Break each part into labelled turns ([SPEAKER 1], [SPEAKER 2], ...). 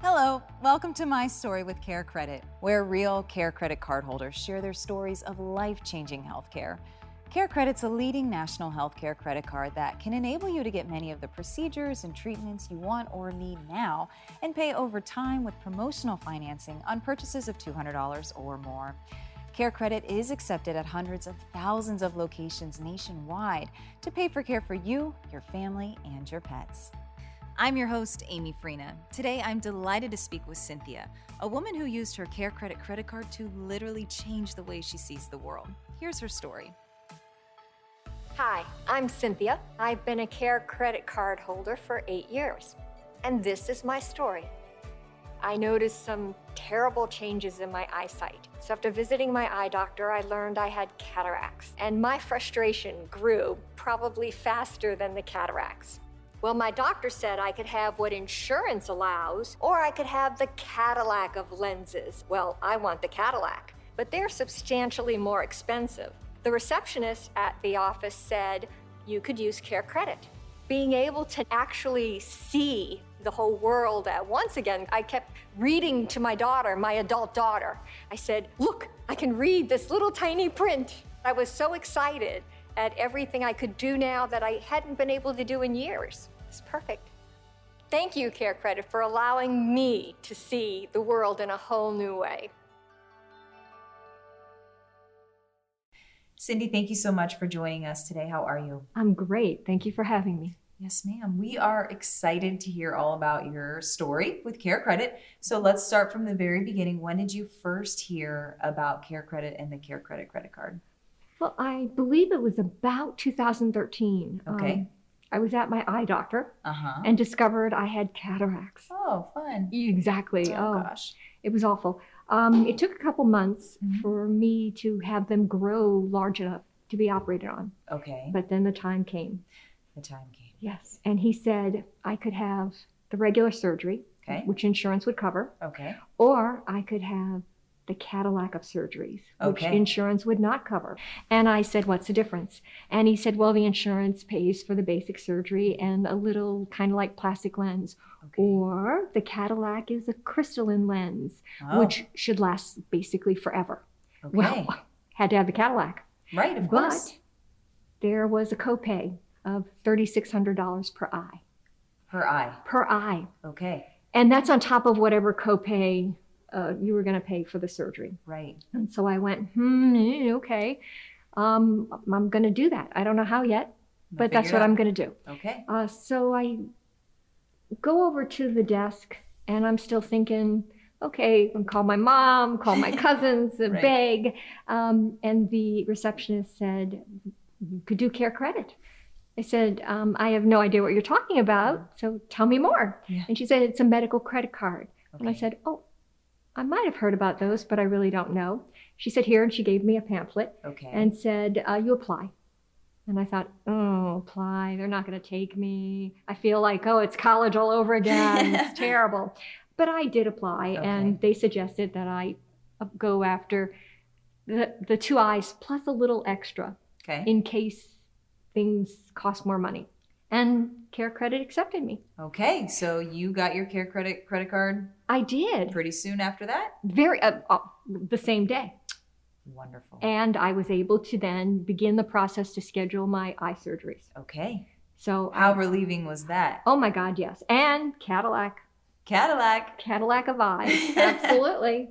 [SPEAKER 1] Hello, welcome to My Story with Care Credit, where real Care Credit cardholders share their stories of life changing healthcare. Care Credit's a leading national healthcare credit card that can enable you to get many of the procedures and treatments you want or need now and pay over time with promotional financing on purchases of $200 or more. Care Credit is accepted at hundreds of thousands of locations nationwide to pay for care for you, your family, and your pets. I'm your host, Amy Freena. Today, I'm delighted to speak with Cynthia, a woman who used her Care Credit credit card to literally change the way she sees the world. Here's her story.
[SPEAKER 2] Hi, I'm Cynthia. I've been a CARE credit card holder for eight years, and this is my story. I noticed some terrible changes in my eyesight. So, after visiting my eye doctor, I learned I had cataracts, and my frustration grew probably faster than the cataracts. Well, my doctor said I could have what insurance allows, or I could have the Cadillac of lenses. Well, I want the Cadillac, but they're substantially more expensive. The receptionist at the office said you could use care credit. Being able to actually see the whole world at once again, I kept reading to my daughter, my adult daughter. I said, Look, I can read this little tiny print. I was so excited at everything I could do now that I hadn't been able to do in years. It's perfect. Thank you, Care Credit, for allowing me to see the world in a whole new way.
[SPEAKER 1] Cindy, thank you so much for joining us today. How are you?
[SPEAKER 2] I'm great. Thank you for having me.
[SPEAKER 1] Yes, ma'am. We are excited to hear all about your story with Care Credit. So let's start from the very beginning. When did you first hear about Care Credit and the Care Credit credit card?
[SPEAKER 2] Well, I believe it was about 2013.
[SPEAKER 1] Okay.
[SPEAKER 2] Um, I was at my eye doctor
[SPEAKER 1] Uh huh.
[SPEAKER 2] and discovered I had cataracts.
[SPEAKER 1] Oh, fun.
[SPEAKER 2] Exactly.
[SPEAKER 1] Oh, gosh.
[SPEAKER 2] it was awful. Um, it took a couple months
[SPEAKER 1] Mhm.
[SPEAKER 2] for me to have them grow large enough to be operated on.
[SPEAKER 1] Okay.
[SPEAKER 2] But then the time came.
[SPEAKER 1] The time came.
[SPEAKER 2] Yes. And he said I could have the regular surgery,
[SPEAKER 1] Okay.
[SPEAKER 2] which insurance would cover,
[SPEAKER 1] Okay.
[SPEAKER 2] or I could have the Cadillac of surgeries, which
[SPEAKER 1] Okay.
[SPEAKER 2] insurance would not cover. And I said, What's the difference? And he said, Well, the insurance pays for the basic surgery and a little kind of like plastic lens,
[SPEAKER 1] Okay.
[SPEAKER 2] or the Cadillac is a crystalline lens.
[SPEAKER 1] Oh,
[SPEAKER 2] which should last basically forever.
[SPEAKER 1] okay.
[SPEAKER 2] Well, had to have the Cadillac.
[SPEAKER 1] right, of course.
[SPEAKER 2] But there was a copay of $3,600 per eye,
[SPEAKER 1] Her eye.
[SPEAKER 2] per eye.
[SPEAKER 1] Okay.
[SPEAKER 2] And that's on top of whatever copay uh, you were going to pay for the surgery.
[SPEAKER 1] Right.
[SPEAKER 2] And so I went, hmm, eh, okay, um, I'm going to do that. I don't know how yet,
[SPEAKER 1] We'll
[SPEAKER 2] but that's
[SPEAKER 1] figure
[SPEAKER 2] what
[SPEAKER 1] it
[SPEAKER 2] I'm going to do.
[SPEAKER 1] out. Okay.
[SPEAKER 2] Uh, so I go over to the desk and I'm still thinking, okay, I'm call my mom, call my cousins, and
[SPEAKER 1] Right.
[SPEAKER 2] beg. Um, and the receptionist said, you could do care credit. I said, um, I have no idea what you're talking about, so tell me more.
[SPEAKER 1] Mm. Yeah.
[SPEAKER 2] And she said, it's a medical credit card. And I
[SPEAKER 1] Okay.
[SPEAKER 2] said, oh, I might have heard about those, but I really don't know. She said, here, and she gave me a pamphlet
[SPEAKER 1] Okay.
[SPEAKER 2] and said, uh, You apply. And I thought, Oh, apply. They're not going to take me. I feel like, oh, it's college all over again. it's terrible. But I did apply, and they suggested that I uh, go after the, the two eyes plus a little extra
[SPEAKER 1] okay.
[SPEAKER 2] in case things cost more money. And Care Credit accepted me.
[SPEAKER 1] Okay, so you got your Care Credit credit card
[SPEAKER 2] I did
[SPEAKER 1] pretty soon after that?
[SPEAKER 2] very uh, uh, the same day.
[SPEAKER 1] Wonderful.
[SPEAKER 2] And I was able to then begin the process to schedule my eye surgeries.
[SPEAKER 1] Okay.
[SPEAKER 2] So I
[SPEAKER 1] How relieving was that?
[SPEAKER 2] Oh my God, yes. And Cadillac,
[SPEAKER 1] Cadillac.
[SPEAKER 2] Cadillac of I. Absolutely.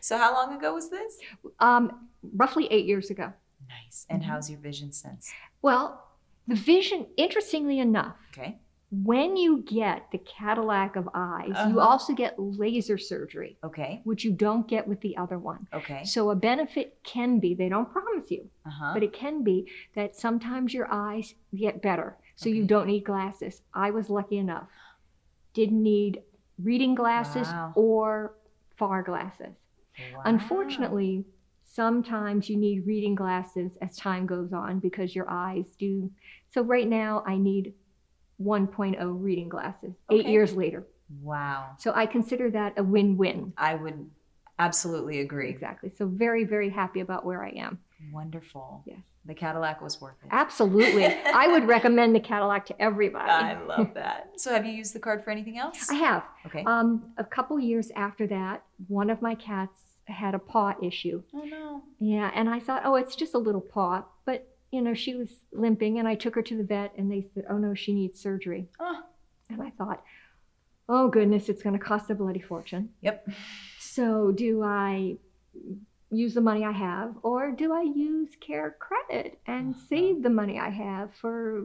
[SPEAKER 1] So how long ago was this?
[SPEAKER 2] Um, roughly eight years ago.
[SPEAKER 1] Nice. And
[SPEAKER 2] Mhm.
[SPEAKER 1] how's your vision since?
[SPEAKER 2] Well, the vision, interestingly enough,
[SPEAKER 1] Okay.
[SPEAKER 2] when you get the Cadillac of eyes,
[SPEAKER 1] Uh-huh.
[SPEAKER 2] you also get laser surgery,
[SPEAKER 1] Okay.
[SPEAKER 2] which you don't get with the other one.
[SPEAKER 1] Okay.
[SPEAKER 2] So a benefit can be, they don't promise you,
[SPEAKER 1] Uh-huh.
[SPEAKER 2] but it can be that sometimes your eyes get better. So you
[SPEAKER 1] Okay.
[SPEAKER 2] don't need glasses. I was lucky enough. Didn't need reading glasses
[SPEAKER 1] Wow.
[SPEAKER 2] or far glasses.
[SPEAKER 1] Wow.
[SPEAKER 2] Unfortunately, sometimes you need reading glasses as time goes on because your eyes do. So right now I need 1.0 reading glasses 8
[SPEAKER 1] Okay.
[SPEAKER 2] years later.
[SPEAKER 1] Wow.
[SPEAKER 2] So I consider that a win-win.
[SPEAKER 1] I would Absolutely agree.
[SPEAKER 2] Exactly. So very, very happy about where I am.
[SPEAKER 1] Wonderful.
[SPEAKER 2] Yes.
[SPEAKER 1] The Cadillac was worth it.
[SPEAKER 2] Absolutely. I would recommend the Cadillac to everybody.
[SPEAKER 1] I love that. So, have you used the card for anything else?
[SPEAKER 2] I have.
[SPEAKER 1] Okay.
[SPEAKER 2] Um, a couple years after that, one of my cats had a paw issue.
[SPEAKER 1] oh no.
[SPEAKER 2] Yeah, and I thought, oh, it's just a little paw. But, you know, she was limping, and I took her to the vet, and they said, oh, no, she needs surgery.
[SPEAKER 1] Oh.
[SPEAKER 2] And I thought, oh, goodness, it's going to cost a bloody fortune.
[SPEAKER 1] Yep.
[SPEAKER 2] So, do I use the money I have, or do I use care credit and
[SPEAKER 1] Uh-huh.
[SPEAKER 2] save the money I have for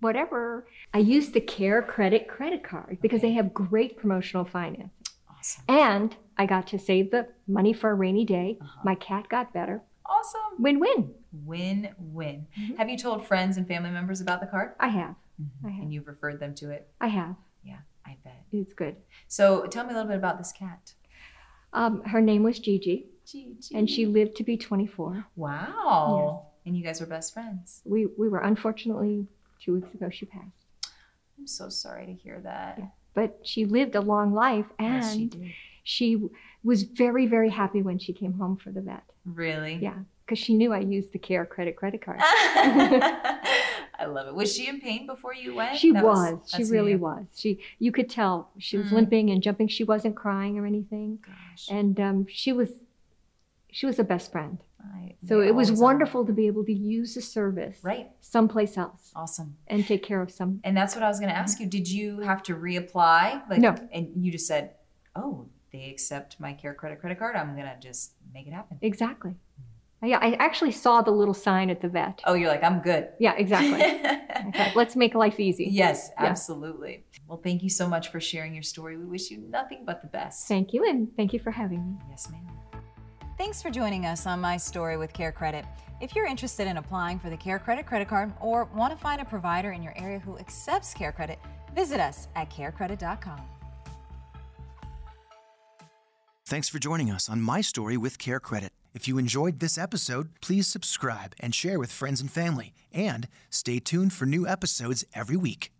[SPEAKER 2] whatever? I use the care credit credit card because they
[SPEAKER 1] Okay.
[SPEAKER 2] have great promotional finance.
[SPEAKER 1] Awesome.
[SPEAKER 2] And I got to save the money for a rainy day.
[SPEAKER 1] Uh-huh.
[SPEAKER 2] My cat got better.
[SPEAKER 1] awesome.
[SPEAKER 2] Win win.
[SPEAKER 1] Win win.
[SPEAKER 2] Mhm.
[SPEAKER 1] Have you told friends and family members about the card? Mm-hmm.
[SPEAKER 2] I have. I have.
[SPEAKER 1] And you've referred them to it?
[SPEAKER 2] I have.
[SPEAKER 1] Yeah, I bet.
[SPEAKER 2] It's good.
[SPEAKER 1] So, tell me a little bit about this cat.
[SPEAKER 2] Um, her name was Gigi,
[SPEAKER 1] Gigi.
[SPEAKER 2] and she lived to be 24.
[SPEAKER 1] Wow. And you guys were best friends.
[SPEAKER 2] We, we were unfortunately, two weeks ago, she passed.
[SPEAKER 1] I'm so sorry to hear that.
[SPEAKER 2] Yeah. But she lived a long life, and
[SPEAKER 1] Yes, she did.
[SPEAKER 2] she w- was very very happy when she came home for the vet
[SPEAKER 1] Really?
[SPEAKER 2] yeah because she knew i used the care credit credit card
[SPEAKER 1] Oh, I love it. Was she in pain before you went?
[SPEAKER 2] she
[SPEAKER 1] That
[SPEAKER 2] was, she
[SPEAKER 1] that's
[SPEAKER 2] really
[SPEAKER 1] new.
[SPEAKER 2] was she you could tell she was
[SPEAKER 1] Mm.
[SPEAKER 2] limping and jumping she wasn't crying or anything
[SPEAKER 1] Gosh.
[SPEAKER 2] and um, she was she was a best friend
[SPEAKER 1] I-
[SPEAKER 2] so
[SPEAKER 1] they
[SPEAKER 2] it was
[SPEAKER 1] always are.
[SPEAKER 2] wonderful to be able to use the service
[SPEAKER 1] Right.
[SPEAKER 2] someplace else
[SPEAKER 1] Awesome.
[SPEAKER 2] and take care of some
[SPEAKER 1] And that's what I was going to ask you. Did you have to reapply? Like,
[SPEAKER 2] Mm-hmm. No.
[SPEAKER 1] And you just said, oh, they accept my care credit credit card. I'm going to just make it happen.
[SPEAKER 2] exactly yeah i actually saw the little sign at the vet
[SPEAKER 1] Oh, you're like, I'm good.
[SPEAKER 2] yeah exactly I thought, let's make life easy
[SPEAKER 1] yes,
[SPEAKER 2] Yeah.
[SPEAKER 1] absolutely. Well, thank you so much for sharing your story. We wish you nothing but the best.
[SPEAKER 2] thank you and thank you for having me
[SPEAKER 1] Yes, ma'am. Thanks for joining us on My Story with Care Credit. If you're interested in applying for the Care Credit credit card or want to find a provider in your area who accepts Care Credit, visit us at carecredit.com.
[SPEAKER 3] Thanks for joining us on My Story with Care Credit. If you enjoyed this episode, please subscribe and share with friends and family. And stay tuned for new episodes every week.